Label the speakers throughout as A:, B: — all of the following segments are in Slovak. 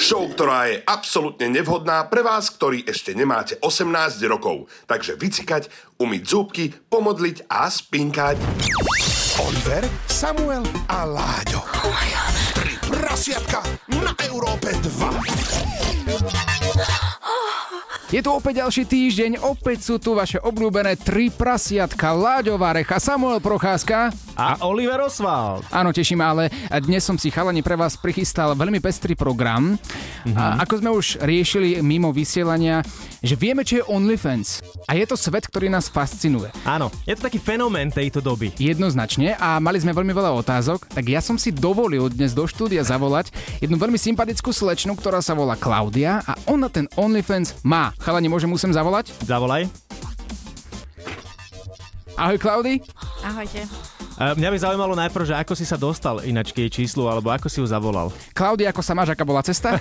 A: Show, ktorá je absolútne nevhodná pre vás, ktorí ešte nemáte 18 rokov. Takže vycikať, umyť zúbky, pomodliť a spinkať.
B: Oliver, Samuel a Láďo. Tri prasiatka na Európe 2.
C: Je tu opäť ďalší týždeň, opäť sú tu vaše obľúbené tri prasiatka, Láďová recha, Samuel Procházka
D: a Oliver Oswald.
C: Áno, teším, ale dnes som si chalani pre vás prichystal veľmi pestrý program. Mhm. A ako sme už riešili mimo vysielania, že vieme, čo je OnlyFans. A je to svet, ktorý nás fascinuje.
D: Áno, je to taký fenomén tejto doby.
C: Jednoznačne a mali sme veľmi veľa otázok, tak ja som si dovolil dnes do štúdia zavolať jednu veľmi sympatickú slečnu, ktorá sa volá Klaudia a ona ten OnlyFans má. Chalani, môžem mu sem zavolať?
D: Zavolaj.
C: Ahoj, Klaudy.
E: Ahojte.
D: Uh, mňa by zaujímalo najprv, že ako si sa dostal ináč k jej číslu, alebo ako si ju zavolal.
C: Klaudy, ako sa máš, aká bola cesta?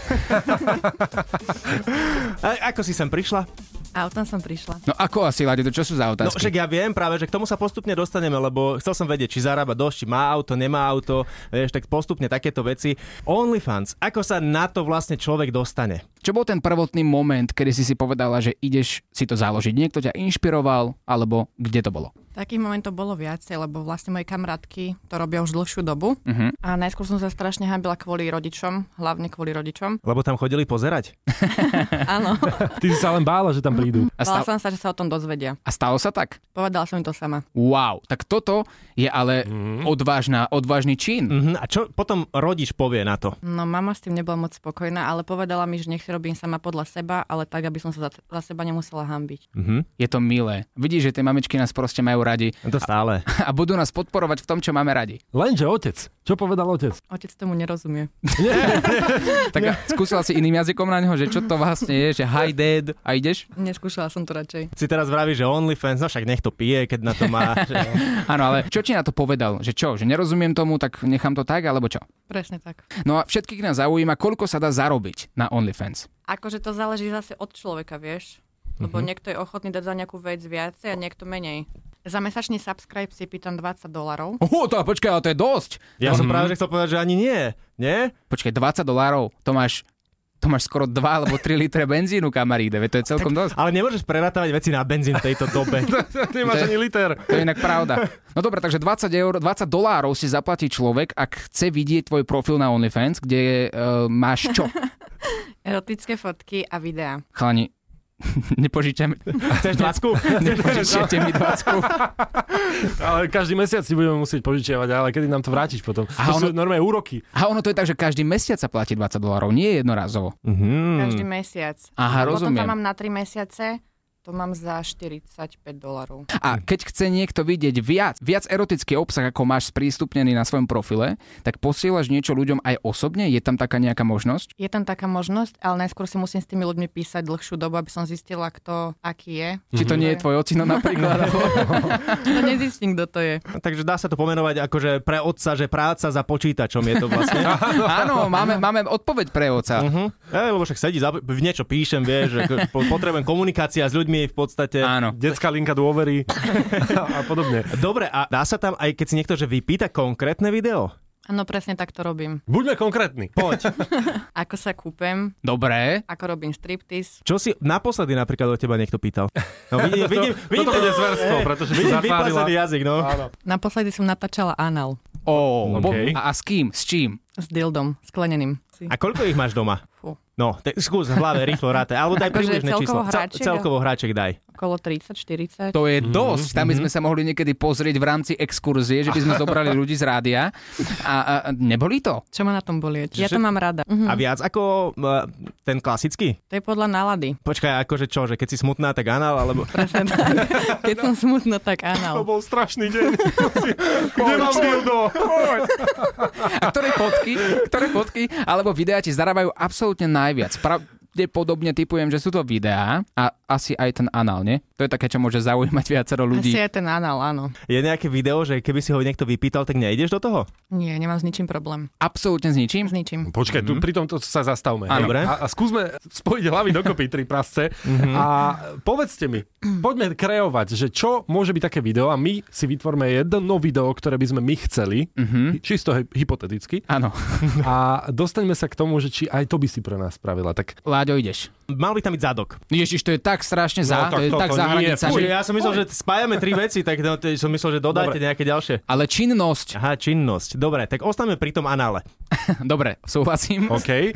D: a- Eh, ako si sem prišla?
E: Autom som prišla.
C: No ako asi, Ladi, čo sú za otázky?
D: No však ja viem práve, že k tomu sa postupne dostaneme, lebo chcel som vedieť, či zarába dosť, či má auto, nemá auto, vieš, tak postupne takéto veci. OnlyFans, ako sa na to vlastne človek dostane?
C: Čo bol ten prvotný moment, kedy si si povedala, že ideš si to založiť? Niekto ťa inšpiroval, alebo kde to bolo?
E: Takých momentov bolo viacej, lebo vlastne moje kamarátky to robia už dlhšiu dobu. Uh-huh. A najskôr som sa strašne hambila kvôli rodičom, hlavne kvôli rodičom.
D: Lebo tam chodili pozerať?
E: Áno.
D: Ty si sa len bála, že tam prídu.
E: A stav... Bála som sa, že sa o tom dozvedia.
C: A stalo sa tak?
E: Povedala som im to sama.
C: Wow, tak toto je ale mm.
D: Mhm.
C: odvážna, odvážny čin.
D: Mm-hmm. A čo potom rodič povie na to?
E: No mama s tým nebola moc spokojná, ale povedala mi, že nech si robím sama podľa seba, ale tak, aby som sa za, za seba nemusela hambiť.
C: Mm-hmm. Je to milé. Vidíš, že tie mamičky nás proste majú radi.
D: To stále.
C: A, a budú nás podporovať v tom, čo máme radi.
F: Lenže otec. Čo povedal otec?
E: Otec tomu nerozumie.
C: tak Nie. skúsila si iným jazykom na neho, že čo to vlastne je, že hi dad a ideš?
E: Neskúšala som to radšej.
D: Si teraz vraví, že OnlyFans, no však nech to pije, keď na to má.
C: Áno, ale čo ti na to povedal? Že čo, že nerozumiem tomu, tak nechám to tak, alebo čo?
E: Presne tak.
C: No a všetkých nás zaujíma, koľko sa dá zarobiť na OnlyFans.
E: Akože to záleží zase od človeka, vieš?
C: Mhm.
E: Lebo mm-hmm. niekto je ochotný dať za nejakú vec viacej a niekto menej. Za mesačný subscribe si pýtam 20 dolarov.
C: Oho, to počkaj, ale to je dosť.
D: Ja
F: Mhm.
D: mm-hmm. som práve že chcel povedať, že ani nie. Nie?
C: Počkaj, 20 dolárov, to máš to máš skoro 2 alebo 3 litre benzínu, kamaríde, to je celkom tak, dosť.
D: Ale nemôžeš prerátavať veci na benzín v tejto dobe.
F: to, to, to nemáš to ani liter.
C: To je inak pravda. No dobre, takže 20, eur, 20 dolárov si zaplatí človek, ak chce vidieť tvoj profil na OnlyFans, kde uh, máš čo?
E: Erotické fotky a videá.
C: Chalani, Nepožičame.
D: Chceš 20?
C: Nepožičiate mi 20.
F: ale každý mesiac si budeme musieť požičiavať, ale kedy nám to vrátiš potom? A to ono, sú normálne úroky.
C: A ono to je tak, že každý mesiac sa platí 20 dolárov, nie jednorazovo.
D: Mhm.
E: Mm-hmm. Každý mesiac.
C: Mhm. Aha, rozumiem.
E: Potom to mám na 3 mesiace, to mám za 45 dolarov.
C: A keď chce niekto vidieť viac, viac erotický obsah, ako máš sprístupnený na svojom profile, tak posielaš niečo ľuďom aj osobne? Je tam taká nejaká možnosť?
E: Je tam taká možnosť, ale najskôr si musím s tými ľuďmi písať dlhšiu dobu, aby som zistila, kto aký je.
C: Mhm. Či to nie je tvoj ocino napríklad?
E: to nezistím, kto to je.
D: Takže dá sa to pomenovať akože pre otca, že práca za počítačom je to vlastne.
C: Áno, máme, máme odpoveď pre otca.
D: Uh-huh. Ja, lebo však sedí, v niečo píšem, vieš, že potrebujem komunikácia s ľuďmi ľuďmi v podstate.
C: Áno.
F: Detská linka dôvery a podobne.
D: Dobre, a dá sa tam aj keď si niekto že vypýta konkrétne video?
E: Áno, No, presne tak to robím.
F: Buďme konkrétni.
D: Poď.
E: ako sa kúpem.
C: Dobre.
E: Ako robím striptease.
D: Čo si naposledy napríklad od teba niekto pýtal? No, vidím, vidím, vidím,
F: toto bude zverstvo, pretože
D: vidím,
F: si zatvárila.
D: jazyk, no. Áno.
E: Naposledy som natáčala anal.
C: Oh, okay. a, a s kým? S čím?
E: S dildom, skleneným.
D: A koľko ich máš doma? Fú. No, te, skús v hlave rýchlo ráte, alebo daj približné číslo.
E: Hráček,
D: Cel, celkovo hráček daj.
E: Okolo 30-40.
C: To je dosť, tam by sme sa mohli niekedy pozrieť v rámci exkurzie, že by sme zobrali ľudí z rádia a, a neboli to.
E: Čo ma na tom bolieť? Mhm. Ja to mám rada.
D: A viac ako uh, ten klasický?
E: To je podľa nálady.
D: Počkaj, akože čo, že keď si smutná, tak anal, alebo...
E: Presne tak. Keď som smutná, tak anal.
F: To bol strašný deň. Kde mám dildo?
C: A ktoré fotky, ktoré fotky alebo videá ti zarábajú absolútne najviac? Pra- pravdepodobne typujem, že sú to videá a asi aj ten anál, nie? To je také, čo môže zaujímať viacero ľudí.
E: Asi aj ten anal, áno.
D: Je nejaké video, že keby si ho niekto vypýtal, tak nejdeš do toho?
E: Nie, nemám s ničím problém.
C: Absolútne s ničím.
E: S ničím.
F: Počkaj, tu pri tomto sa zastavme.
C: Áno.
D: Dobre.
F: Mhm. A, a skúsme spojiť hlavy dokopy tri prasce a povedzte mi, poďme kreovať, že čo môže byť také video a my si vytvorme jedno video, ktoré by sme my chceli, čisto hy- hypoteticky,
C: Áno.
F: a dostaňme sa k tomu, že či aj to by si pre nás spravila. Tak
C: Láďo, ideš.
D: Mal by tam byť zadok.
C: Ježiš, to je tak strašne za,
F: No, tak
C: to je
F: toto
C: tak za
F: nie,
C: hranicami.
F: fuj.
D: Ja som myslel, že spájame tri veci, tak no, t- som myslel, že dodáte
F: Dobre.
D: nejaké ďalšie.
C: Ale činnosť.
D: Aha, činnosť. Dobre, tak ostaneme pri tom anále.
C: Dobre, súhlasím.
F: OK. Eh,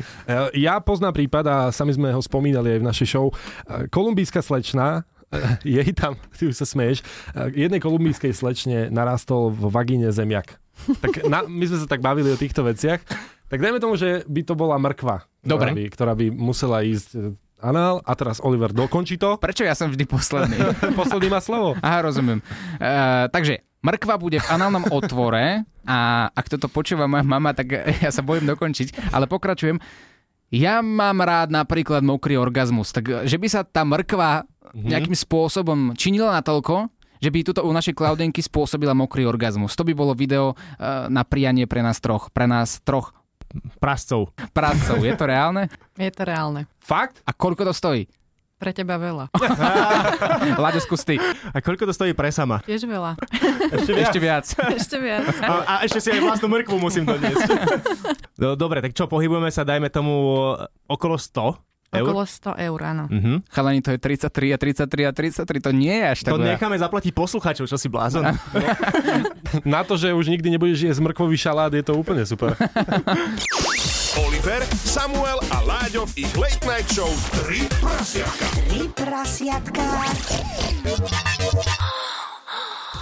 F: Ja poznám prípad a sami sme ho spomínali aj v našej show. Eh, Kolumbijská slečna eh, jej tam, ty už sa smeješ, eh, jednej kolumbijskej slečne narastol v vagíne zemiak. Tak na, my sme sa tak bavili o týchto veciach. Tak dajme tomu, že by to bola mrkva,
C: Dobre.
F: ktorá by, ktorá by musela ísť eh, anál a teraz Oliver dokončí to.
C: Prečo ja som vždy posledný?
F: Posledný má slovo.
C: Aha, rozumiem. Uh, takže mrkva bude v análnom otvore a ak toto počúva moja mama, tak ja sa bojím dokončiť, ale pokračujem. Ja mám rád napríklad mokrý orgazmus, tak že by sa tá mrkva nejakým spôsobom činila natoľko, že by tuto u našej Klaudenky spôsobila mokrý orgazmus. To by bolo video uh, na prianie pre nás troch, pre nás troch
D: Prascov.
C: prácov. Je to reálne?
E: Je to reálne.
F: Fakt?
C: A koľko to stojí?
E: Pre teba veľa.
C: Láďo, skús ty.
D: A koľko to stojí pre sama?
E: Tiež veľa.
C: Ešte viac.
E: Ešte viac.
D: A, a ešte si aj vlastnú mrkvu musím doniesť. No, dobre, tak čo, pohybujeme sa, dajme tomu okolo 100 eur.
E: Okolo 100 eur, áno.
D: Mhm.
C: Chalani, to je 33 a 33 a 33, to nie je až tak
D: To
C: veľa.
D: necháme zaplatiť poslucháčov, čo si blázon.
F: Na to, že už nikdy nebudeš jesť mrkvový šalát, je to úplne super.
B: Oliver, Samuel a Láďo v ich Late Night Show 3 prasiatka.
G: Tri prasiatka.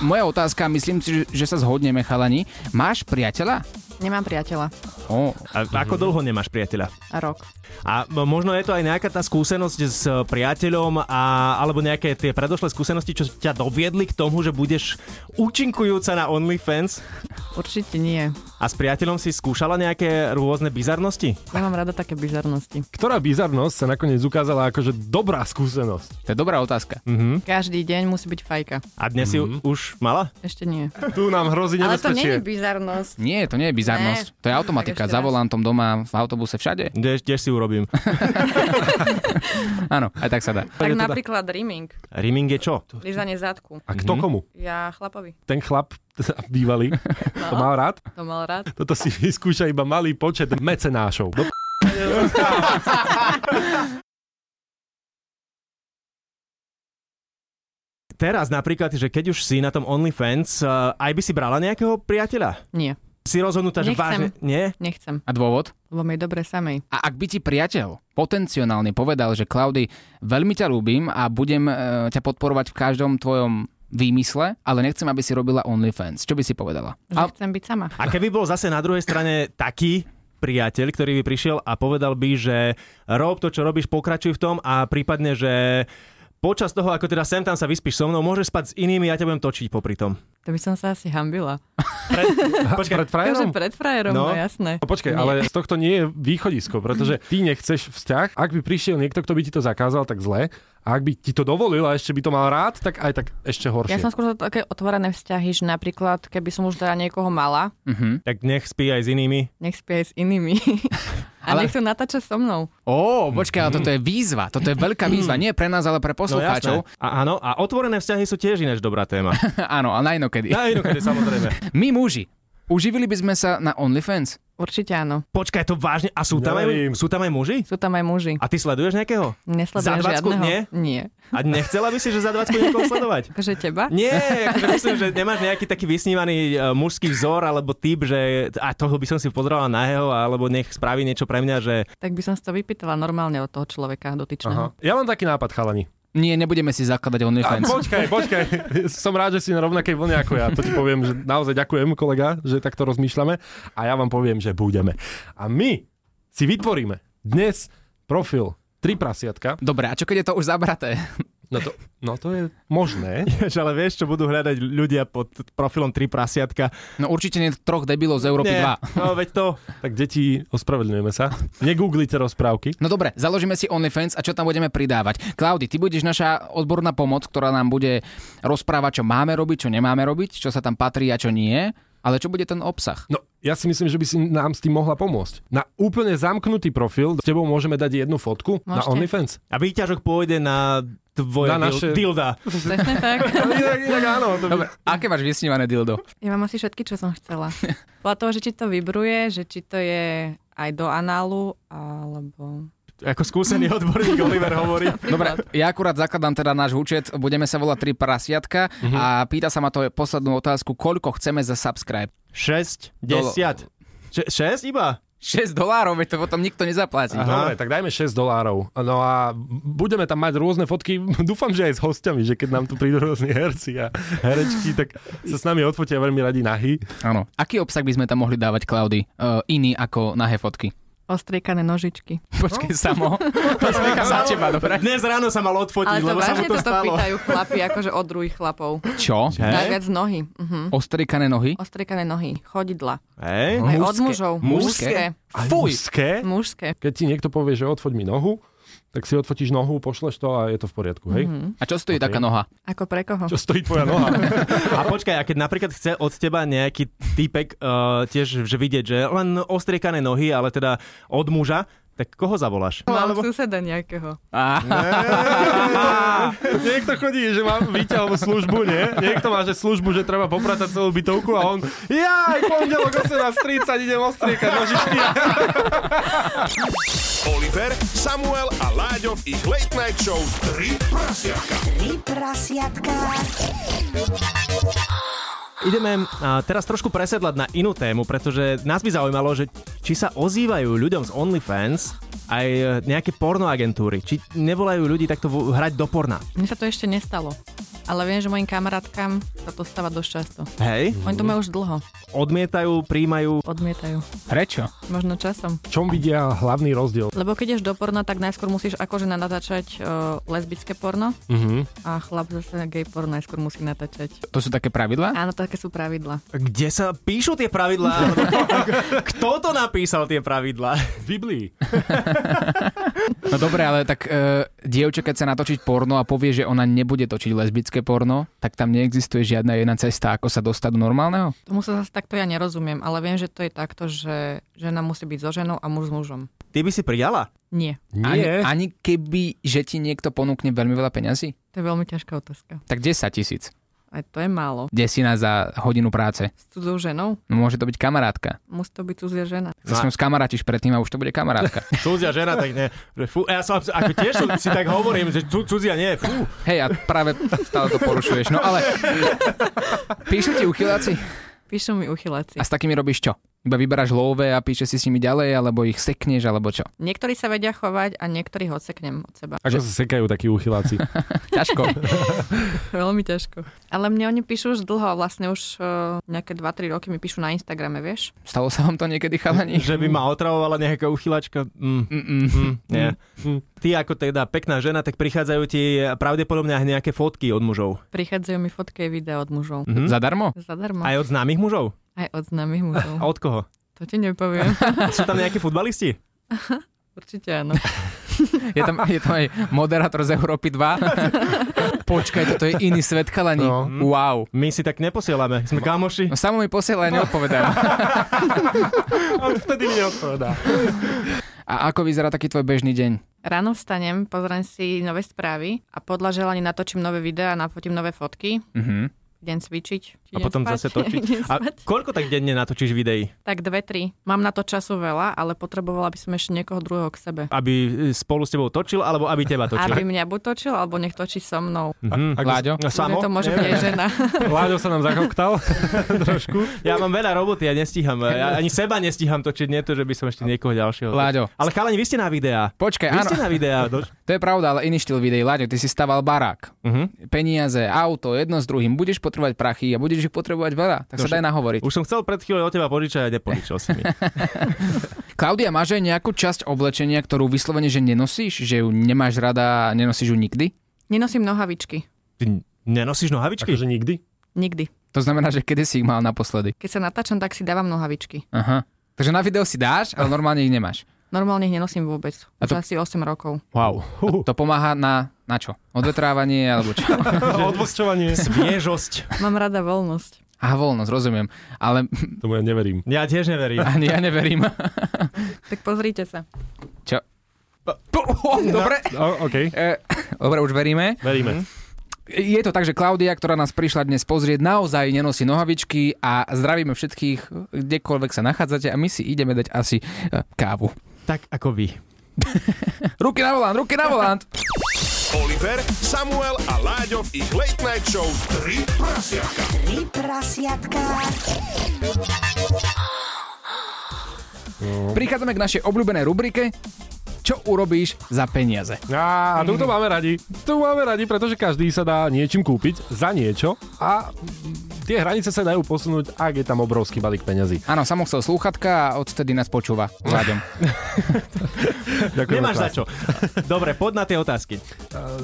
C: Moja otázka, myslím si, že- že sa zhodneme, chalani. Máš priateľa?
E: Nemám priateľa.
C: O,
D: A ako dlho nemáš priateľa?
E: Rok.
D: A m- možno je to aj nejaká tá skúsenosť s e, priateľom a, alebo nejaké tie predošlé skúsenosti, čo ťa doviedli k tomu, že budeš účinkujúca na OnlyFans
E: Určite nie.
D: a s priateľom si skúšala nejaké rôzne bizarnosti?
E: Ja mám rada také bizarnosti.
F: Ktorá bizarnosť sa nakoniec ukázala akože dobrá skúsenosť?
C: to je dobrá otázka.
E: Každý deň musí byť fajka.
D: A dnes
C: Mhm.
D: mm-hmm. si u, už mala?
E: Ešte nie.
F: Tu nám hrozí
E: Ale to nie je
F: nebezpečie.
E: bizarnosť.
C: Nie, to nie je bizarnosť.
E: Ne.
C: To je automatika.
E: Tak
C: Za
E: ešte raz.
C: volantom doma, v autobuse, všade.
D: Kde, kde si urobím?
C: Áno, aj tak sa dá.
E: Tak napríklad rimming.
D: Riming je čo?
E: Lízanie zadku.
F: A kto komu?
E: Ja chlapovi.
F: Ten chlap teda bývalý, to má rád.
E: To mal rád.
F: Toto si vyskúša iba malý počet mecenášov. Do
D: Teraz napríklad, že keď už si na tom OnlyFans, e, aj by si brala nejakého priateľa?
E: Nie,
D: Si rozhodnutá, že vážne...
E: Nechcem.
D: Nie?
E: nechcem.
C: A dôvod?
E: Lebo mi je dobre samej.
C: A ak by ti priateľ potenciálne povedal, že Klaudy, veľmi ťa ľúbim a budem e, ťa podporovať v každom tvojom výmysle, ale nechcem, aby si robila OnlyFans. Čo by si povedala?
E: Že
C: A,
E: chcem byť sama.
D: A keby bol zase na druhej strane taký priateľ, ktorý by prišiel a povedal by, že rob to, čo robíš, pokračuj v tom a prípadne, že počas toho, ako teda sem tam sa vyspíš so mnou, môžeš spať s inými, ja ťa budem točiť popri tom.
E: To by som sa asi hambila.
F: pred
E: Takže
F: frajerom?
E: pred frajerom,
D: No.
E: no, jasné.
F: No Počkej, ale z tohto nie je východisko, pretože ty nechceš vzťah. Ak by prišiel niekto, kto by ti to zakázal, tak zle. A ak by ti to dovolil a ešte by to mal rád, tak aj tak ešte
E: Ja
F: horšie.
E: som skôr za také otvorené vzťahy, že napríklad, keby som už teda niekoho mala,
D: Tak nech spí aj s inými.
E: nech spie aj s inými. A
C: Ale-
E: ale... nech to natáča so mnou.
C: Ó, počkaj, ale toto je výzva. Toto je veľká výzva. Nie pre nás, ale pre poslucháčov.
D: No, jasné. A, áno, a otvorené vzťahy sú tiež ináč dobrá téma.
C: Áno, ale na inokedy.
D: Na inokedy, samozrejme.
C: My muži, uživili by sme sa na OnlyFans?
E: Určite áno.
D: Počkaj, to vážne. A sú tam,
F: Neverím.
D: aj, sú tam aj muži?
E: Sú tam aj muži.
D: A ty sleduješ nejakého? Za
E: Nesledujem
D: 20
E: žiadneho.
D: nie?
E: Nie.
D: A nechcela by si, že za 20 niekoho sledovať?
E: Akože teba?
D: Nie, akože myslím, že nemáš nejaký taký vysnívaný uh, mužský vzor alebo typ, že a toho by som si pozerala na jeho, alebo nech spraví niečo pre mňa, že
E: Tak by som si to vypýtala normálne od toho človeka dotyčného.
F: Aha. Ja mám taký nápad, chalani.
C: Nie, nebudeme si zakladať
F: A
C: OnlyFans.
F: počkaj, počkaj. Som rád, že si na rovnakej vlne ako ja. To ti poviem, že naozaj ďakujem, kolega, že takto rozmýšľame. A ja vám poviem, že budeme. A my si vytvoríme dnes profil Tri prasiatka.
C: Dobre, a čo keď je to už zabraté?
F: No to, no to je možné.
D: Vieš, ale vieš, čo budú hľadať ľudia pod profilom 3 prasiatka?
C: No určite nie troch debilov z Európy 2.
D: no veď to.
F: Tak deti, ospravedlňujeme sa. Negooglite rozprávky.
C: No dobre, založíme si OnlyFans a čo tam budeme pridávať? Klaudy, ty budeš naša odborná pomoc, ktorá nám bude rozprávať, čo máme robiť, čo nemáme robiť, čo sa tam patrí a čo nie. Ale čo bude ten obsah?
F: No, ja si myslím, že by si nám s tým mohla pomôcť. Na úplne zamknutý profil s tebou môžeme dať jednu fotku na
E: Môžete.
F: OnlyFans.
D: A výťažok pôjde na tvoje
F: Na
D: na
F: naše-
D: naše... dilda.
E: Presne tak.
F: Inak, inak áno. To by...
C: Dobre, aké máš vysnívané dildo?
E: Ja mám asi všetky, čo som chcela. Podľa toho, že či to vybruje, že či to je aj do análu, alebo...
D: Ako skúsený odborník Oliver hovorí.
C: Dobre, ja akurát zakladám teda náš účet, budeme sa volať 3 prasiatka
F: Mhm.
C: a pýta sa ma to poslednú otázku, koľko chceme za subscribe.
D: 6,
C: Dolo.
D: 10. 6 iba?
C: 6 dolárov, veď to potom nikto nezaplatí.
F: Dobre, tak dajme 6 dolárov. No a budeme tam mať rôzne fotky, dúfam, že aj s hostiami, že keď nám tu prídu rôzni herci a herečky, tak sa s nami odfotia veľmi radi nahy.
C: Áno. Aký obsah by sme tam mohli dávať, Klaudy, uh, iný ako nahé fotky?
E: Ostriekané nožičky.
C: Počkej, samo. To som nechám na teba, dobre?
D: Dnes ráno sa mal odfotiť,
E: Ale to
D: lebo sa mu
E: vážne
D: to
E: toto
D: stalo.
E: pýtajú chlapi, akože od druhých chlapov.
C: Čo?
D: Hej?
E: Najviac nohy. Mhm.
C: Ostrikané nohy?
E: Ostriekané nohy, chodidla.
D: Hej?
E: Aj od
C: Mužské.
E: mužov.
C: Mužské?
F: Fuj! Mužské?
E: Mužské.
F: Keď ti niekto povie, že odfoť mi nohu, tak si odfotíš nohu, pošleš to a je to v poriadku, hej? Mm-hmm.
C: A čo stojí okay. taká noha?
E: Ako pre koho?
F: Čo stojí tvoja noha?
D: A počkaj, a keď napríklad chce od teba nejaký týpek uh, tiež že vidieť, že len ostriekané nohy, ale teda od muža, tak koho zavoláš?
E: Mám suseda nejakého.
F: Niekto chodí, že má výťahovú službu, nie? Niekto má, že službu, že treba popratať celú bytovku a on ja aj pondelok 18.30 idem ostriekať nožičky.
B: Oliver, Samuel a Láďov ich Late Night Show 3 prasiatka.
G: Tri prasiatka.
D: Ideme a teraz trošku presedlať na inú tému, pretože nás by zaujímalo, že či sa ozývajú ľuďom z OnlyFans aj e, nejaké pornoagentúry. Či nevolajú ľudí takto vo- hrať do porna.
E: Mne sa to ešte nestalo. Ale viem, že mojim kamarátkam sa to stáva dosť často.
D: Hej?
E: Oni to majú už dlho.
D: Odmietajú, príjmajú.
E: Odmietajú.
C: Prečo?
E: Možno časom.
F: V čom vidia hlavný rozdiel?
E: Lebo keď ješ do porna, tak najskôr musíš akože na- natáčať uh, lesbické porno
F: Mhm.
E: a chlap zase gay porno najskôr musí natáčať.
C: To sú také pravidlá?
E: Áno, také sú pravidla.
D: Kde sa píšu tie pravidlá? Kto to napísal tie pravidlá?
F: V Biblii.
C: No dobre, ale tak e, dievča, keď sa natočiť porno a povie, že ona nebude točiť lesbické porno, tak tam neexistuje žiadna jedna cesta, ako sa dostať do normálneho?
E: Tomu sa zase takto ja nerozumiem, ale viem, že to je takto, že žena musí byť so ženou a muž s mužom.
D: Ty by si prijala?
E: Nie.
C: Ani,
F: Nie.
C: ani keby, že ti niekto ponúkne veľmi veľa peňazí?
E: To je veľmi ťažká otázka.
C: Tak 10 tisíc.
E: Aj to je málo.
C: Desina za hodinu práce.
E: S cudzou ženou?
C: No, môže to byť kamarátka.
E: Musí to byť cudzia žena.
C: Sa s ňou skamarátiš predtým a už to bude kamarátka.
D: Cudzia žena, tak nie. Že Fú, ja som, ako tiež si tak hovorím, že cu, cudzia nie. Fú.
C: Hej, a práve stále to porušuješ. No ale píšu ti uchyláci
E: Píšu mi uchyláci.
C: a s takými robíš čo? Iba vyberáš love a píše si s nimi ďalej, alebo ich sekneš, alebo čo?
E: Niektorí sa vedia chovať a niektorí ho odseknem od seba.
F: Ako sa sekajú takí uchyláci.
C: Ťažko.
E: Veľmi ťažko. Ale mne oni píšu už dlho, vlastne už uh, nejaké 2-3 roky mi píšu na Instagrame, vieš?
C: Stalo sa vám to niekedy, chalani?
D: Že by ma otravovala nejaká uchylačka. Mm.
C: Mm-mm.
D: Mm, nie. Ty ako teda pekná žena, tak prichádzajú ti pravdepodobne aj nejaké fotky od mužov.
E: Prichádzajú mi fotky a videá od mužov.
D: Hm?
C: Zadarmo?
E: Zadarmo.
D: Aj
E: Aj,
D: od známych mužov?
E: Aj od známych
D: A
E: mužov.
D: od koho?
E: To ti nepoviem.
D: Sú tam nejakí futbalisti?
E: Určite áno.
C: Je tam, je tam aj moderátor z Európy 2? Počkaj, toto je iný svet, chalani.
F: No.
C: Wow.
D: My si tak neposielame. Sme kamoši.
C: No samo mi posiela a neodpovedá.
F: On vtedy neodpovedá.
C: A ako vyzerá taký tvoj bežný deň?
E: Ráno vstanem, pozriem si nové správy a podľa želania natočím nové videá, naprotím nové fotky,
C: Mhm.
E: idem cvičiť.
D: A
E: idem
D: potom
E: spať,
D: zase točiť.
E: idem
D: A
E: spať.
D: koľko tak denne natočíš videí,
E: Tak dve, tri. Mám na to času veľa, ale potrebovala by som ešte niekoho druhého k sebe.
D: aby eh, spolu s tebou točil, alebo aby teba
E: Aby
D: točil?
E: mňa buď točil, alebo nech točí so mnou.
D: Mhm.
C: Láďo?
D: Samo?
E: to môže byť aj žena.
F: Láďo sa nám zakoktal trošku.
D: Ja mám veľa roboty, ja nestíham. Ja ani seba nestíham točiť, nie to, že by som ešte niekoho ďalšieho.
C: Láďo.
D: Ale chalani, vy ste na videá.
C: Počkaj,
D: Vy
C: áno,
D: ste na videá. Dož-
C: to je pravda, ale iný štýl videí. Láďo, ty si staval barák,
D: Mhm.
C: peniaze, auto, jedno s druhým. Budeš potrebovať prachy a budeš ich potrebovať veľa. Tak sa
D: Dobre.
C: daj nahovoriť.
D: Už som chcel pred chvíľou od teba požičať a nepožičal si mi.
C: Klaudia, máš aj nejakú časť oblečenia, ktorú vyslovene, že nenosíš? Že ju nemáš rada a nenosíš ju nikdy?
E: Nenosím nohavičky.
D: Ty nenosíš nohavičky?
F: Akože nikdy?
E: Nikdy.
C: To znamená, že kedy si ich mal naposledy.
E: Keď sa natáčam, tak si dávam nohavičky.
C: Aha. Takže na video si dáš, ale normálne ich nemáš.
E: Normálne ich nenosím vôbec.
C: A
E: Už
C: to-
E: asi 8 rokov.
F: Wow.
C: To pomáha na, na čo? Odvetrávanie alebo čo?
F: Odvlhčovanie.
D: Sviežosť.
E: Mám rada voľnosť.
C: A voľnosť, rozumiem. Ale
F: Tomu ja neverím.
D: Ja tiež neverím.
C: ani ja neverím.
E: Tak pozrite sa.
C: Dobre.
F: O, OK,
C: E, No, Dobre, už veríme.
D: Mhm.
F: veríme.
C: Je to tak, že Klaudia, ktorá nás prišla dnes pozrieť, naozaj nenosí nohavičky a zdravíme všetkých, kdekoľvek sa nachádzate a my si ideme dať asi e, kávu.
D: Tak ako vy.
C: Ruky na volant, ruky na volant!
B: Oliver, Samuel a Láďo v ich Late Night Show 3 prasiatka.
G: Tri prasiatka.
C: Prichádzame k našej obľúbenej rubrike Čo urobíš za peniaze?
F: Á, tu to máme radi. Tu máme radi, pretože každý sa dá niečím kúpiť za niečo a tie hranice sa dajú posunúť, ak je tam obrovský balík peňazí.
C: Áno, samo chcel slúchatka a odtedy nás počúva s Láďom.
F: Ďakujem
D: Nemáš za čo. Dobre, poď na tie otázky.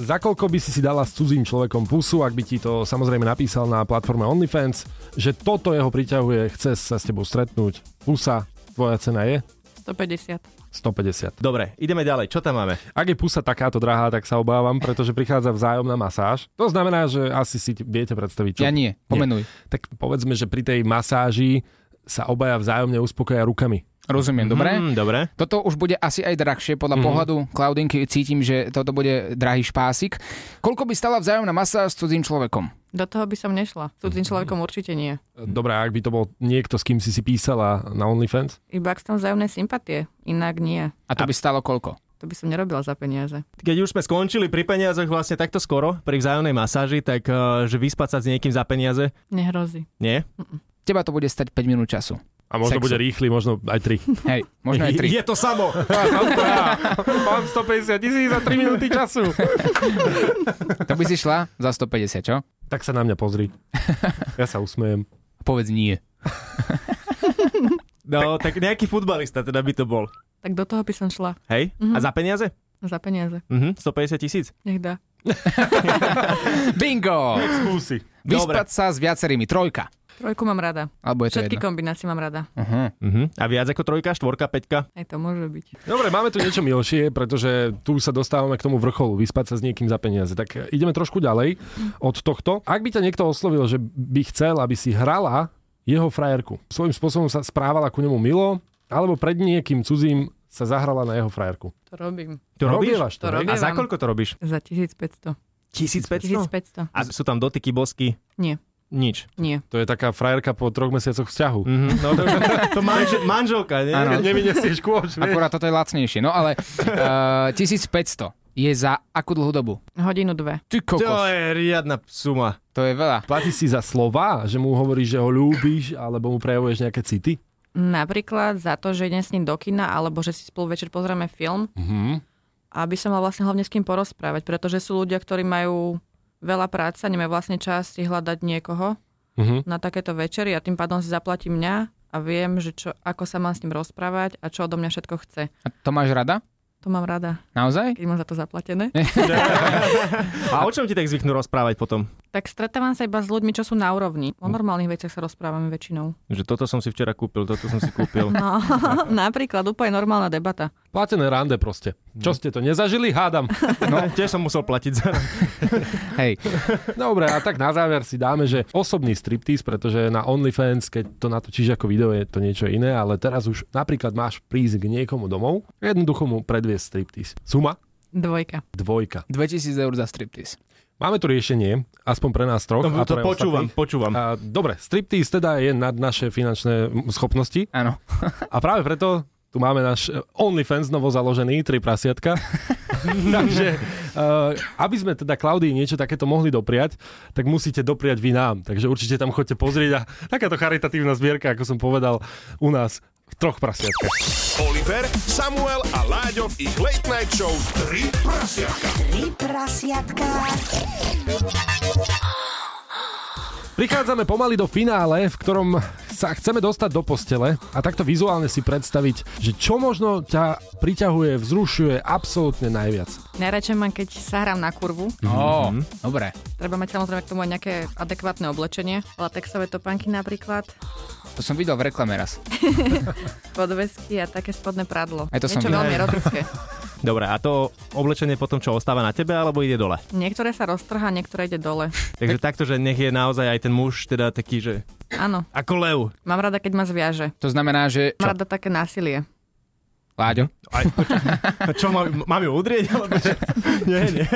F: Za koľko by si si dala s cudzím človekom pusu, ak by ti to samozrejme napísal na platforme OnlyFans, že toto jeho priťahuje, chce sa s tebou stretnúť. Pusa, tvoja cena je
E: 150.
F: 150.
D: Dobre, ideme ďalej. Čo tam máme?
F: Ak je pusa takáto drahá, tak sa obávam, pretože prichádza vzájomná masáž. To znamená, že asi si viete predstaviť, čo...
C: Ja nie, pomenuj.
F: Tak povedzme, že pri tej masáži sa obaja vzájomne uspokoja rukami.
C: Rozumiem, dobre?
D: Mm, dobre.
C: Toto už bude asi aj drahšie, podľa mm-hmm. pohľadu Klaudinky cítim, že toto bude drahý špásik. Koľko by stala vzájomná masa s cudzým človekom?
E: Do toho by som nešla. S
D: Mm.
E: cudzím človekom určite nie.
F: Dobrá, ak by to bol niekto, s kým si si písala na OnlyFans.
E: Iba ak sú tam vzájomné sympatie. Inak nie.
C: A to by stalo koľko?
E: To by som nerobila za peniaze.
D: Keď už sme skončili pri peniazoch vlastne takto skoro, pri vzájomnej masáži, tak eh, že vyspať sa s niekým za peniaze?
E: Nehrozí.
D: Nie?
C: Teba to bude stať 5 minút času.
F: A možno
C: Sexu.
F: bude rýchly, možno aj 3.
C: Hej, možno aj 3.
D: Je to samo.
F: Mám 150 tisíc za 3 minúty času.
C: To by si šla za 150, čo?
F: Tak sa na mňa pozri. Ja sa usmejem.
C: Povedz nie.
D: No, tak nejaký futbalista teda by to bol.
E: Tak do toho by som šla.
D: Hej? A za peniaze?
E: Za peniaze.
D: Mhm, 150 tisíc.
E: Nech dá.
C: Bingo!
F: Skúsi.
C: Vyspať sa s viacerými. Trojka.
E: Trojku mám rada.
C: Alebo je to
E: Všetky
C: jedno.
E: kombinácie mám rada.
D: Mhm. A viac ako trojka, štvorka, peťka?
E: Aj to môže byť.
F: Dobre, máme tu niečo milšie, pretože tu sa dostávame k tomu vrcholu, vyspať sa s niekým za peniaze. Tak e, ideme trošku ďalej od tohto. Ak by ťa niekto oslovil, že by chcel, aby si hrala jeho frajerku, svojím spôsobom sa správala ku nemu milo, alebo pred niekým cudzím sa zahrala na jeho frajerku.
E: To robím.
D: To robíš?
F: Robievaš to,
E: To
F: hej?
D: A
E: robievam.
D: za koľko to robíš?
E: Za 1500.
D: 1500?
E: 1500.
D: A sú tam dotyky, bosky?
E: Nie.
D: Nič.
E: Nie.
F: To je taká frajerka po troch mesiacoch vzťahu. No.
D: Mhm. No, to, to manžel, manželka, nie?
C: Áno.
F: Nevyniesieš kôč, vieš.
C: Akurát toto je lacnejšie. No ale uh, 1500 je za akú dlhú dobu?
E: Hodinu dve.
C: Ty
D: To
C: kokos.
D: je riadna suma.
C: To je veľa.
F: Platí si za slova, že mu hovoríš, že ho ľúbiš, alebo mu prejavuješ nejaké city?
E: Napríklad za to, že idem s ním do kina, alebo že si spolu večer pozrieme film,
F: Mhm.
E: aby som mal vlastne hlavne s kým porozprávať, pretože sú ľudia, ktorí majú veľa práce, nemajú vlastne čas si hľadať niekoho
F: Mhm.
E: na takéto večery a tým pádom si zaplatí mňa a viem, že čo, ako sa mám s ním rozprávať a čo odo mňa všetko chce.
C: A to máš rada?
E: To mám rada,
C: Naozaj?
E: keď mám za to zaplatené.
F: Eh.
D: A o čom ti tak zvyknú rozprávať potom?
E: Tak stretávam sa iba s ľuďmi, čo sú na úrovni. O normálnych veciach sa rozprávame väčšinou.
D: Že toto som si včera kúpil, toto som si kúpil.
E: No, napríklad úplne normálna debata.
F: Platené rande proste. Čo ste to nezažili? Hádam.
D: No, tiež som musel platiť za...
C: Hej.
F: Dobre, a tak na záver si dáme, že osobný striptease, pretože na OnlyFans, keď to natočíš ako video, je to niečo iné, ale teraz už napríklad máš prísť k niekomu domov, jednoducho mu predviesť striptease. Suma?
E: Dvojka.
F: Dvojka.
C: 2000 eur za striptease.
F: Máme tu riešenie, aspoň pre nás troch.
D: No,
F: a
D: to
F: pre
D: počúvam,
F: ostatných.
D: počúvam.
F: A, dobre, striptease teda je nad naše finančné mm, schopnosti
C: Áno.
F: a práve preto tu máme náš e, OnlyFans novo založený, tri prasiatka. Takže, uh, aby sme teda Klaudii niečo takéto mohli dopriať, tak musíte dopriať vy nám. Takže určite tam chodte pozrieť a takáto charitatívna zbierka, ako som povedal, u nás v troch prasiatkách.
B: Oliver, Samuel a Láďo v ich Late Night Show 3 prasiatka.
G: Tri prasiatka.
F: Prichádzame pomaly do finále, v ktorom sa chceme dostať do postele a takto vizuálne si predstaviť, že čo možno ťa priťahuje, vzrušuje absolútne najviac.
E: Najradšej mám, keď sa hrám na kurvu.
C: Ó, dobre.
E: Treba mať samozrejme k tomu aj nejaké adekvátne oblečenie. Latexové topánky napríklad,
C: To som videl v reklame raz.
E: podvesky a také spodné pradlo.
C: Aj to som
E: Niečo
C: videl.
E: veľmi erotické.
D: Dobre, a to oblečenie potom čo ostáva na tebe, alebo ide dole?
E: Niektoré sa roztrhá, niektoré ide dole.
D: Takže takto, že nech je naozaj aj ten muž teda taký, že
E: Áno,
D: ako lev.
E: mám rada, keď ma zviaže.
C: To znamená, že...
E: Mám
C: Čo?
E: rada také násilie.
C: Láďo?
D: Aj, čo, čo mám, mám ju udrieť? Alebo čo? Nie, nie.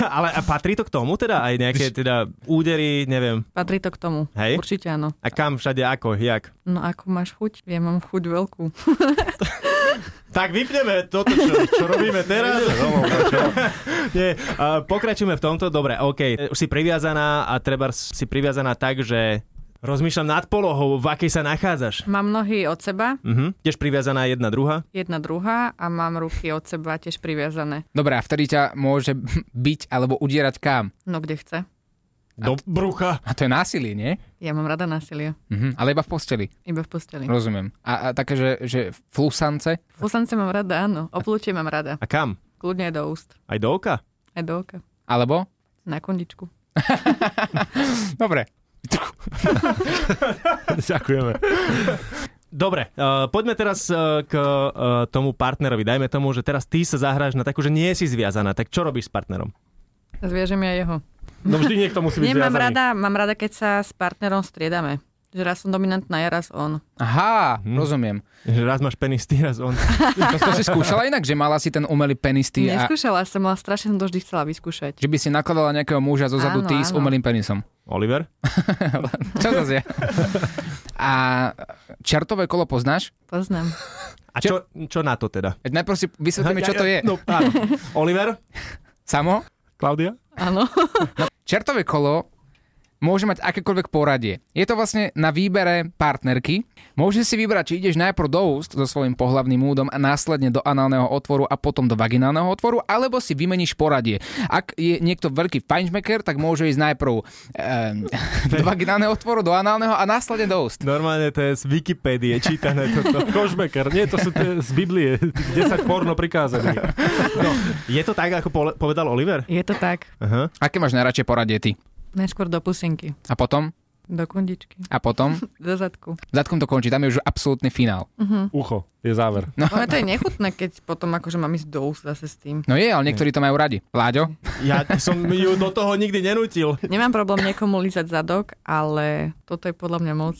D: Ale a patrí to k tomu teda? Aj nejaké teda údery, neviem.
E: Patrí to k tomu.
D: Hej.
E: Určite áno.
D: A kam, všade, ako, jak?
E: No ako máš chuť? Ja mám chuť veľkú.
D: Tak vypneme toto, čo, čo robíme teraz. no, Nie, a pokračujeme v tomto. Dobre, OK. Už si priviazaná a treba si priviazaná tak, že rozmýšľam nad polohou, v akej sa nachádzaš.
E: Mám nohy od seba,
D: Mhm. Tiež priviazaná jedna druhá.
E: jedna druhá a mám ruky od seba tiež priviazané.
C: Dobre, a vtedy ťa môže byť alebo udierať kam?
E: No kde chce.
D: Do brucha.
C: A to je násilie, nie?
E: Ja mám rada násilie.
C: Mhm, ale iba v posteli,
E: Iba v posteli.
C: rozumiem. A, a také, že, že flusance?
E: Fusance mám rada, áno. Oplutie mám rada.
D: A kam?
E: Kľudne aj do úst.
D: Aj do oka?
E: Aj do oka.
C: Alebo?
E: Na kondičku.
C: Dobre.
F: Ďakujeme.
D: Dobre, uh, poďme teraz uh, k uh, tomu partnerovi. Dajme tomu, že teraz ty sa zahráš na takú, že nie si zviazaná. Tak čo robíš s partnerom?
E: Zviažem ja jeho.
F: No vždy niekto musí byť
E: Nemám
F: zviazaný.
E: rada, mám rada, keď sa s partnerom striedame. Že raz som dominantná, ja raz on.
C: Aha, rozumiem.
D: Že raz máš penis, ty raz on.
C: To, to si skúšala inak, že mala si ten umelý penis ty a
E: Neskúšala som, ale strašne som to vždy chcela vyskúšať.
C: že by si nakladala nejakého muža zo zadu
E: Áno,
C: ty s
E: áno.
C: umelým penisom.
D: Oliver?
C: Čo to je? A čertové kolo poznáš?
E: Poznám.
D: A čo, čo na to teda?
C: Veď Najprv si vysvetlíme, čo to je.
D: No, áno. Oliver?
C: Samo?
F: Klaudia?
E: Áno.
C: Čertové kolo môže mať akékoľvek poradie. Je to vlastne na výbere partnerky. Môže si vybrať, či ideš najprv do úst so svojím pohlavným údom a následne do análneho otvoru a potom do vaginálneho otvoru, alebo si vymeníš poradie. Ak je niekto veľký fajnšmeker, tak môže ísť najprv um, do vaginálneho otvoru, do análneho a následne do úst.
D: Normálne to je z Wikipédie čítané toto.
F: Kožbeker. No, Nie, to sú tie z Biblie. 10 porno prikázaní.
D: Je to tak, ako pole- povedal Oliver?
E: Je to tak.
D: Aha.
C: Aké máš najradšej poradie ty?
E: Najskôr do pusinky.
C: A potom?
E: Do kondičky.
C: A potom?
E: Do zadku.
C: Zadkom to končí, tam je už absolútny finál.
F: Ucho. Je záver.
D: No.
E: Ono to je nechutné, keď potom akože mám ísť do úst zase s tým.
C: No je, ale niektorí to majú radi. Láďo?
D: Ja som ju do toho nikdy nenutil.
E: Nemám problém niekomu lízať zadok, ale toto je podľa mňa moc.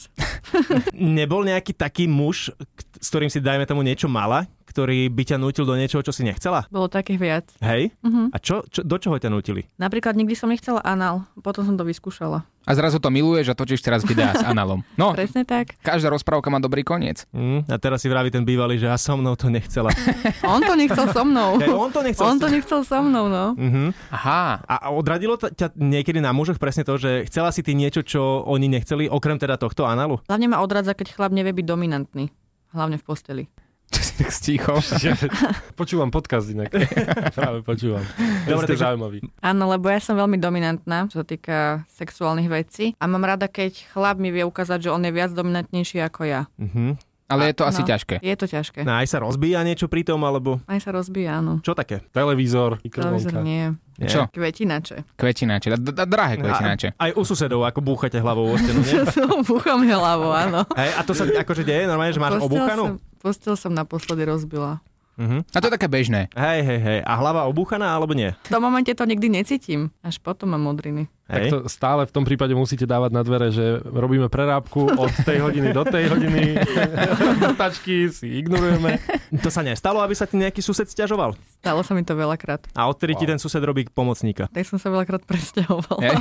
D: Nebol nejaký taký muž, k- s ktorým si, dajme tomu, niečo mala, ktorý by ťa nutil do niečoho, čo si nechcela?
E: Bolo takých viac.
D: Hej?
E: Mhm.
D: A čo, čo, do čoho ťa nutili?
E: Napríklad nikdy som nechcela anal, potom som to vyskúšala.
C: A zrazu to miluješ a točíš teraz videá s analom. No,
E: Presne tak.
C: každá rozprávka má dobrý koniec.
D: Mm, a teraz si vraví ten bývalý, že ja so mnou to nechcela.
E: On to nechcel so mnou.
D: Hej, on to nechcel.
E: On to nechcel so mnou, no.
D: Mhm.
C: Aha.
D: A a odradilo t- ťa niekedy na mužoch presne to, že chcela si ty niečo, čo oni nechceli, okrem teda tohto analu?
E: Hlavne ma odradza, keď chlap nevie byť dominantný. Hlavne v posteli.
C: Čo si tak stíchol?
F: Že- Počúvam podcast inak. Práve počúvam.
D: Dobre,
F: Dobre, ste
D: takže-
F: zaujímaví.
E: Áno, lebo ja som veľmi dominantná, čo sa týka sexuálnych vecí. A mám rada, keď chlap mi vie ukázať, že on je viac dominantnejší ako ja.
D: Mhm.
C: Ale je to asi
E: no.
C: ťažké.
E: Je to ťažké.
D: No aj sa rozbíja niečo pri tom, alebo
E: Aj sa rozbíja, áno.
D: čo také?
E: Televízor
F: Televízor, mikrovlnka.
E: nie.
D: Nie.
C: Čo?
E: Kvetináče.
C: Kvetináče. D- d- drahé kvetináče.
D: A, aj u susedov, ako búchate hlavou o stenu, nie?
E: Som búcham hlavou, áno.
D: Hej, a to sa akože deje normálne, že máš
E: Postel som,
D: obúchanú?
E: postel som naposledy rozbila.
C: A to je také bežné.
D: Hej, hej, hej. A hlava obúchaná, alebo nie?
E: V tom momente to nikdy necítim. Až potom mám modriny.
F: Tak
D: Hej.
F: to stále v tom prípade musíte dávať na dvere, že robíme prerábku od tej hodiny do tej hodiny. Tačky si ignorujeme.
D: to sa nestalo, aby sa ti nejaký sused stiažoval.
E: Stalo sa mi to veľakrát.
D: A odtedy ti ten sused robí pomocníka.
E: Tak som sa veľakrát presťahovala.
C: Hej.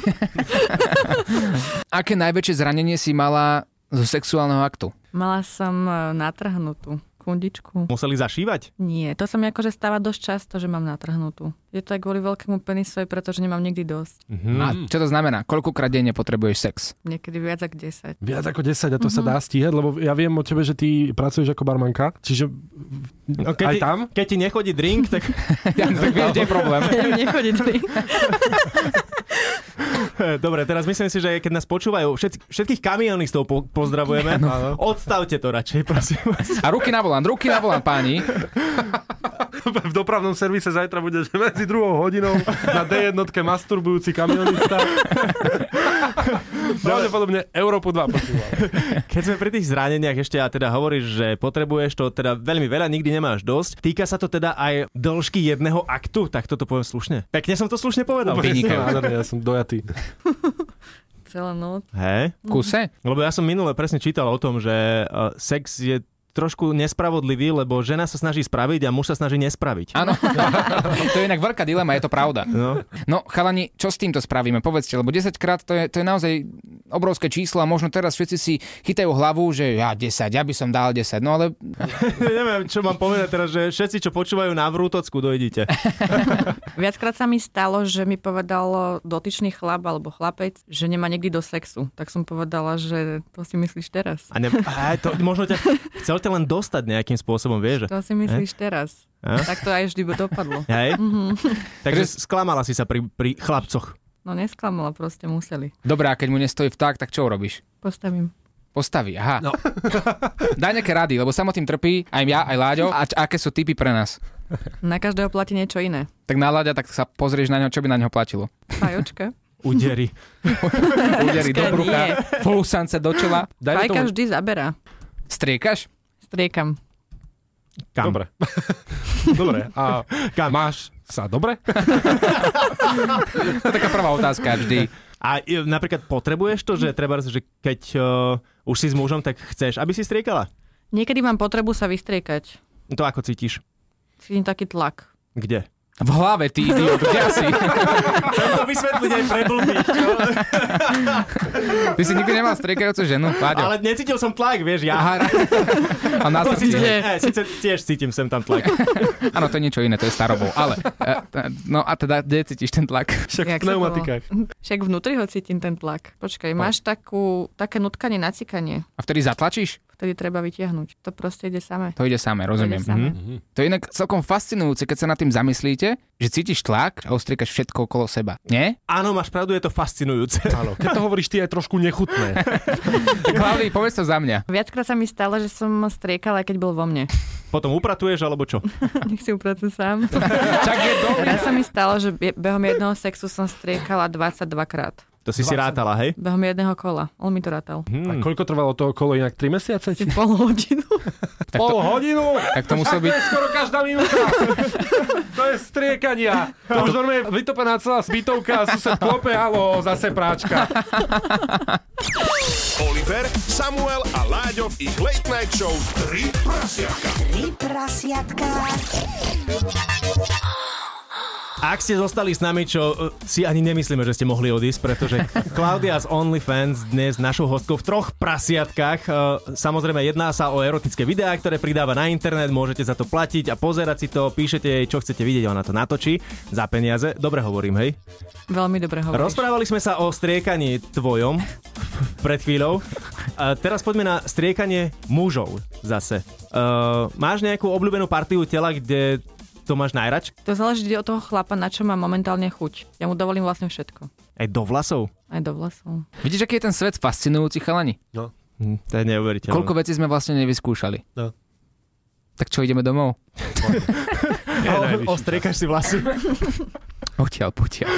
C: Aké najväčšie zranenie si mala zo sexuálneho aktu?
E: Mala som e, natrhnutú kundičku.
D: Museli zašívať?
E: Nie, to sa mi akože stáva dosť často, že mám natrhnutú. Je to aj kvôli veľkému penisu, aj preto, že nemám nikdy dosť.
C: A čo to znamená? Koľkokrát denne potrebuješ sex?
E: Niekedy viac ako 10.
F: Viac ako 10 a to sa dá stíhať, lebo ja viem o tebe, že ty pracuješ ako barmanka, čiže
D: No, ti,
F: aj tam?
D: Keď ti nechodí drink, tak
C: Ja, tak vieš, kde je problém.
E: Nechodí tri.
D: Dobre, teraz myslím si, že keď nás počúvajú, všetci, všetkých kamionistov po, pozdravujeme. Odstavte to radšej, prosím vás.
C: A ruky na volant, ruky na volant, páni.
F: V dopravnom servise zajtra bude, že medzi druhou hodinou na D1 masturbujúci kamionista. Pravdepodobne Európu 2 počúval.
D: Keď sme pri tých zraneniach ešte a teda hovoríš, že potrebuješ to teda veľmi veľa, nikdy nemáš dosť. Týka sa to teda aj dĺžky jedného aktu, tak toto poviem slušne. Pekne som to slušne povedal.
C: Vynikajúce.
F: Nádherné, ja som dojatý.
E: Celá noc.
D: Hej?
C: Kuse?
D: Lebo ja som minule presne čítal o tom, že eh, sex je trošku nespravodlivý, lebo žena sa snaží spraviť a muž sa snaží nespraviť.
C: Áno. to je inak veľká dilema, je to pravda.
D: No.
C: No, chalani, čo s týmto spravíme? Povedzte, lebo 10 krát to je, to je naozaj obrovské číslo a možno teraz všetci si chytajú hlavu, že ja 10, ja by som dal 10, no ale
D: Neviem, čo mám povedať teraz, že všetci, čo počúvajú na vrútocku, dojdite.
E: Viackrát sa mi stalo, že mi povedal dotyčný chlap alebo chlapec, že nemá nikdy do sexu. Tak som povedala, že to si myslíš teraz.
D: A, ne, a to, možno ťa chcel ťa len dostať nejakým spôsobom, vieš? že-
E: To si
C: Eh?
E: myslíš teraz.
D: A?
E: Tak to aj vždy dopadlo.
D: Hej?
E: Mhm.
D: Takže sklamala si sa pri, pri chlapcoch.
E: No nesklamala, proste museli.
C: dobrá, keď mu nestojí vták, tak čo urobíš?
E: Postavím.
C: Postaví, aha. No. Daj nejaké rady, lebo samotným trpí aj ja, aj Láďo. A č- aké sú typy pre nás?
E: Na každého platí niečo iné.
C: Tak na Láďa, tak sa pozrieš na ňo, čo by na ňo platilo.
E: Pajočka.
D: Uderi.
C: Údery do
E: Dneska
C: brucha,
E: nie.
C: fúsance do čela. Daj tomu,
E: Fajka vždy zaberá.
C: striekaš?
E: Striekam.
D: Kam?
F: Dobre. Dobre. A
D: Kam?
F: máš sa dobre?
C: To je taká prvá otázka vždy.
D: A e, napríklad potrebuješ to, že treba, že keď uh, už si s mužom, tak chceš, aby si striekala?
E: Niekedy mám potrebu sa vystriekať.
D: To ako cítiš?
E: Cítim taký tlak.
D: Kde?
C: V hlave, ty idiot, kde asi?
D: Chcem to vysvetliť aj pre blbých,
C: Ty si nikdy nemal striekajúcu ženu, Láďo.
D: ale necítil som tlak, vieš, ja.
C: Aha, ra- a na
D: To
C: srdci.
D: síce,
E: Nie.
D: eh, síce tiež cítim sem tam tlak.
C: Áno, to je niečo iné, to je starobou. Ale, e, t- no a teda, kde cítiš ten tlak?
F: Však
E: Jak sa
F: v
E: to volá?
F: pneumatikách.
E: Však vnútri ho cítim ten tlak. Počkaj, máš takú, také nutkanie, nacikanie.
C: A vtedy zatlačíš?
E: Vtedy treba vytiahnuť. To proste ide samé.
C: To ide samé, rozumiem. mhm.
E: To ide samé.
C: To je inak celkom fascinujúce, keď sa nad tým zamyslíte, že cítiš tlak a ostriekaš všetko okolo seba. Nie?
D: Áno, máš pravdu, je to fascinujúce.
F: Áno. Keď to hovoríš ty, je trošku nechutné.
C: Tak Klaudii, povedz to za mňa.
E: Viackrát sa mi stalo, že som striekala, aj keď bol vo mne.
D: Potom upratuješ, alebo čo?
E: Nech si upracujem sám.
C: Čak je do...
E: Raz sa mi stalo, že be- behom jedného sexu som striekala 22 krát.
D: To si si rátala, hej?
E: Behom jedného kola. On mi to rátal.
C: Mhm.
F: A koľko trvalo to okolo inak? 3 mesiace?
E: Asi pol hodinu.
C: Tak to,
F: hodinu?
C: tak to musel byť...
F: skoro každá minúta. To je striekania. To už normálne vytopená celá zbytovka a sused klope, halo, zase práčka.
B: Oliver, Samuel a Láďo v ich Late Night Show 3 prasiatka.
G: Tri prasiatka.
D: Ak ste zostali s nami, čo e, si ani nemyslíme, že ste mohli odísť, pretože Klaudia z OnlyFans dnes našou hostkou v troch prasiatkách. E, Samozrejme, jedná sa o erotické videá, ktoré pridáva na internet, môžete za to platiť a pozerať si to, píšete jej, čo chcete vidieť, ona to natočí za peniaze. Dobre hovorím, hej?
E: Veľmi dobre hovoríš.
D: Rozprávali sme sa o striekaní tvojom pred chvíľou. A teraz poďme na striekanie mužov zase. Uh, máš nejakú obľúbenú partiu tela, kde to máš najrač?
E: To záleží od toho chlapa, na čo má momentálne chuť. Ja mu dovolím vlastne všetko.
D: Aj do vlasov?
E: Aj do vlasov.
C: Vidíš, aký je ten svet fascinujúci, chalani?
D: Hm, to je neuveriteľné.
C: Koľko vecí sme vlastne nevyskúšali?
F: No.
C: Tak čo, ideme domov?
D: O, ostriekaš si vlasy.
C: Odtiaľ, potiaľ.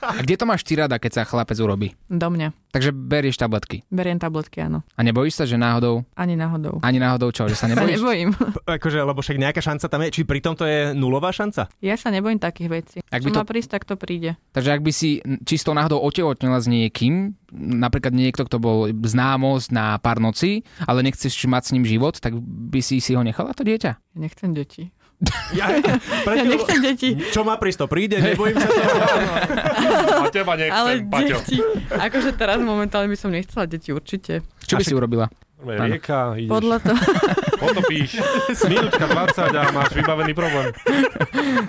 C: A kde to máš ty rada, keď sa chlapec urobí?
E: Do mňa.
C: Takže berieš tabletky.
E: Beriem tabletky, áno.
C: A nebojíš sa, že náhodou,
E: Ani náhodou.
C: ani náhodou čo, že sa
E: Sa
C: nebojíš?
E: nebojím.
D: Akože, lebo však nejaká šanca tam je. Či pritom to je nulová šanca?
E: Ja sa nebojím takých vecí.
C: Ak
E: Čo
C: by to-
E: má prísť, tak to príde.
C: Takže ak by si čisto náhodou otehotnila s niekým, napríklad niekto, kto bol známosť na pár noci, ale nechceš mať s ním život, tak by si si ho nechala to dieťa?
E: Ja nechcem deti.
D: Ja,
E: Ja
D: prečo,
E: nechcem deti.
D: čo má prísť, to príde, nebojím sa toho.
F: A teba nechcem,
E: Ale
F: Paťo.
E: deti. Akože teraz momentálne by som nechcela deti, určite.
C: Čo by
D: A
C: si urobila?
F: Normálne Rieka, ideš,
E: Podľa toho.
F: potopíš, minútka 20 a máš vybavený problém.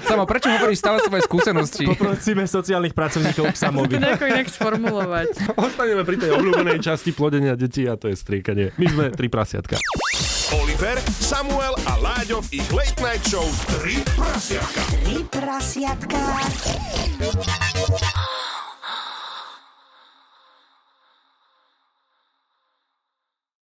C: Samo, prečo hovoríš stále svoje skúsenosti?
D: Poprosíme sociálnych pracovníkov k samovi.
E: To nejako inak sformulovať.
F: Ostaneme pri tej obľúbenej časti plodenia detí a to je striekanie. My sme tri prasiatka.
B: Oliver, Samuel a Láďo v ich Late Night Show 3 prasiatka.
G: Tri prasiatka.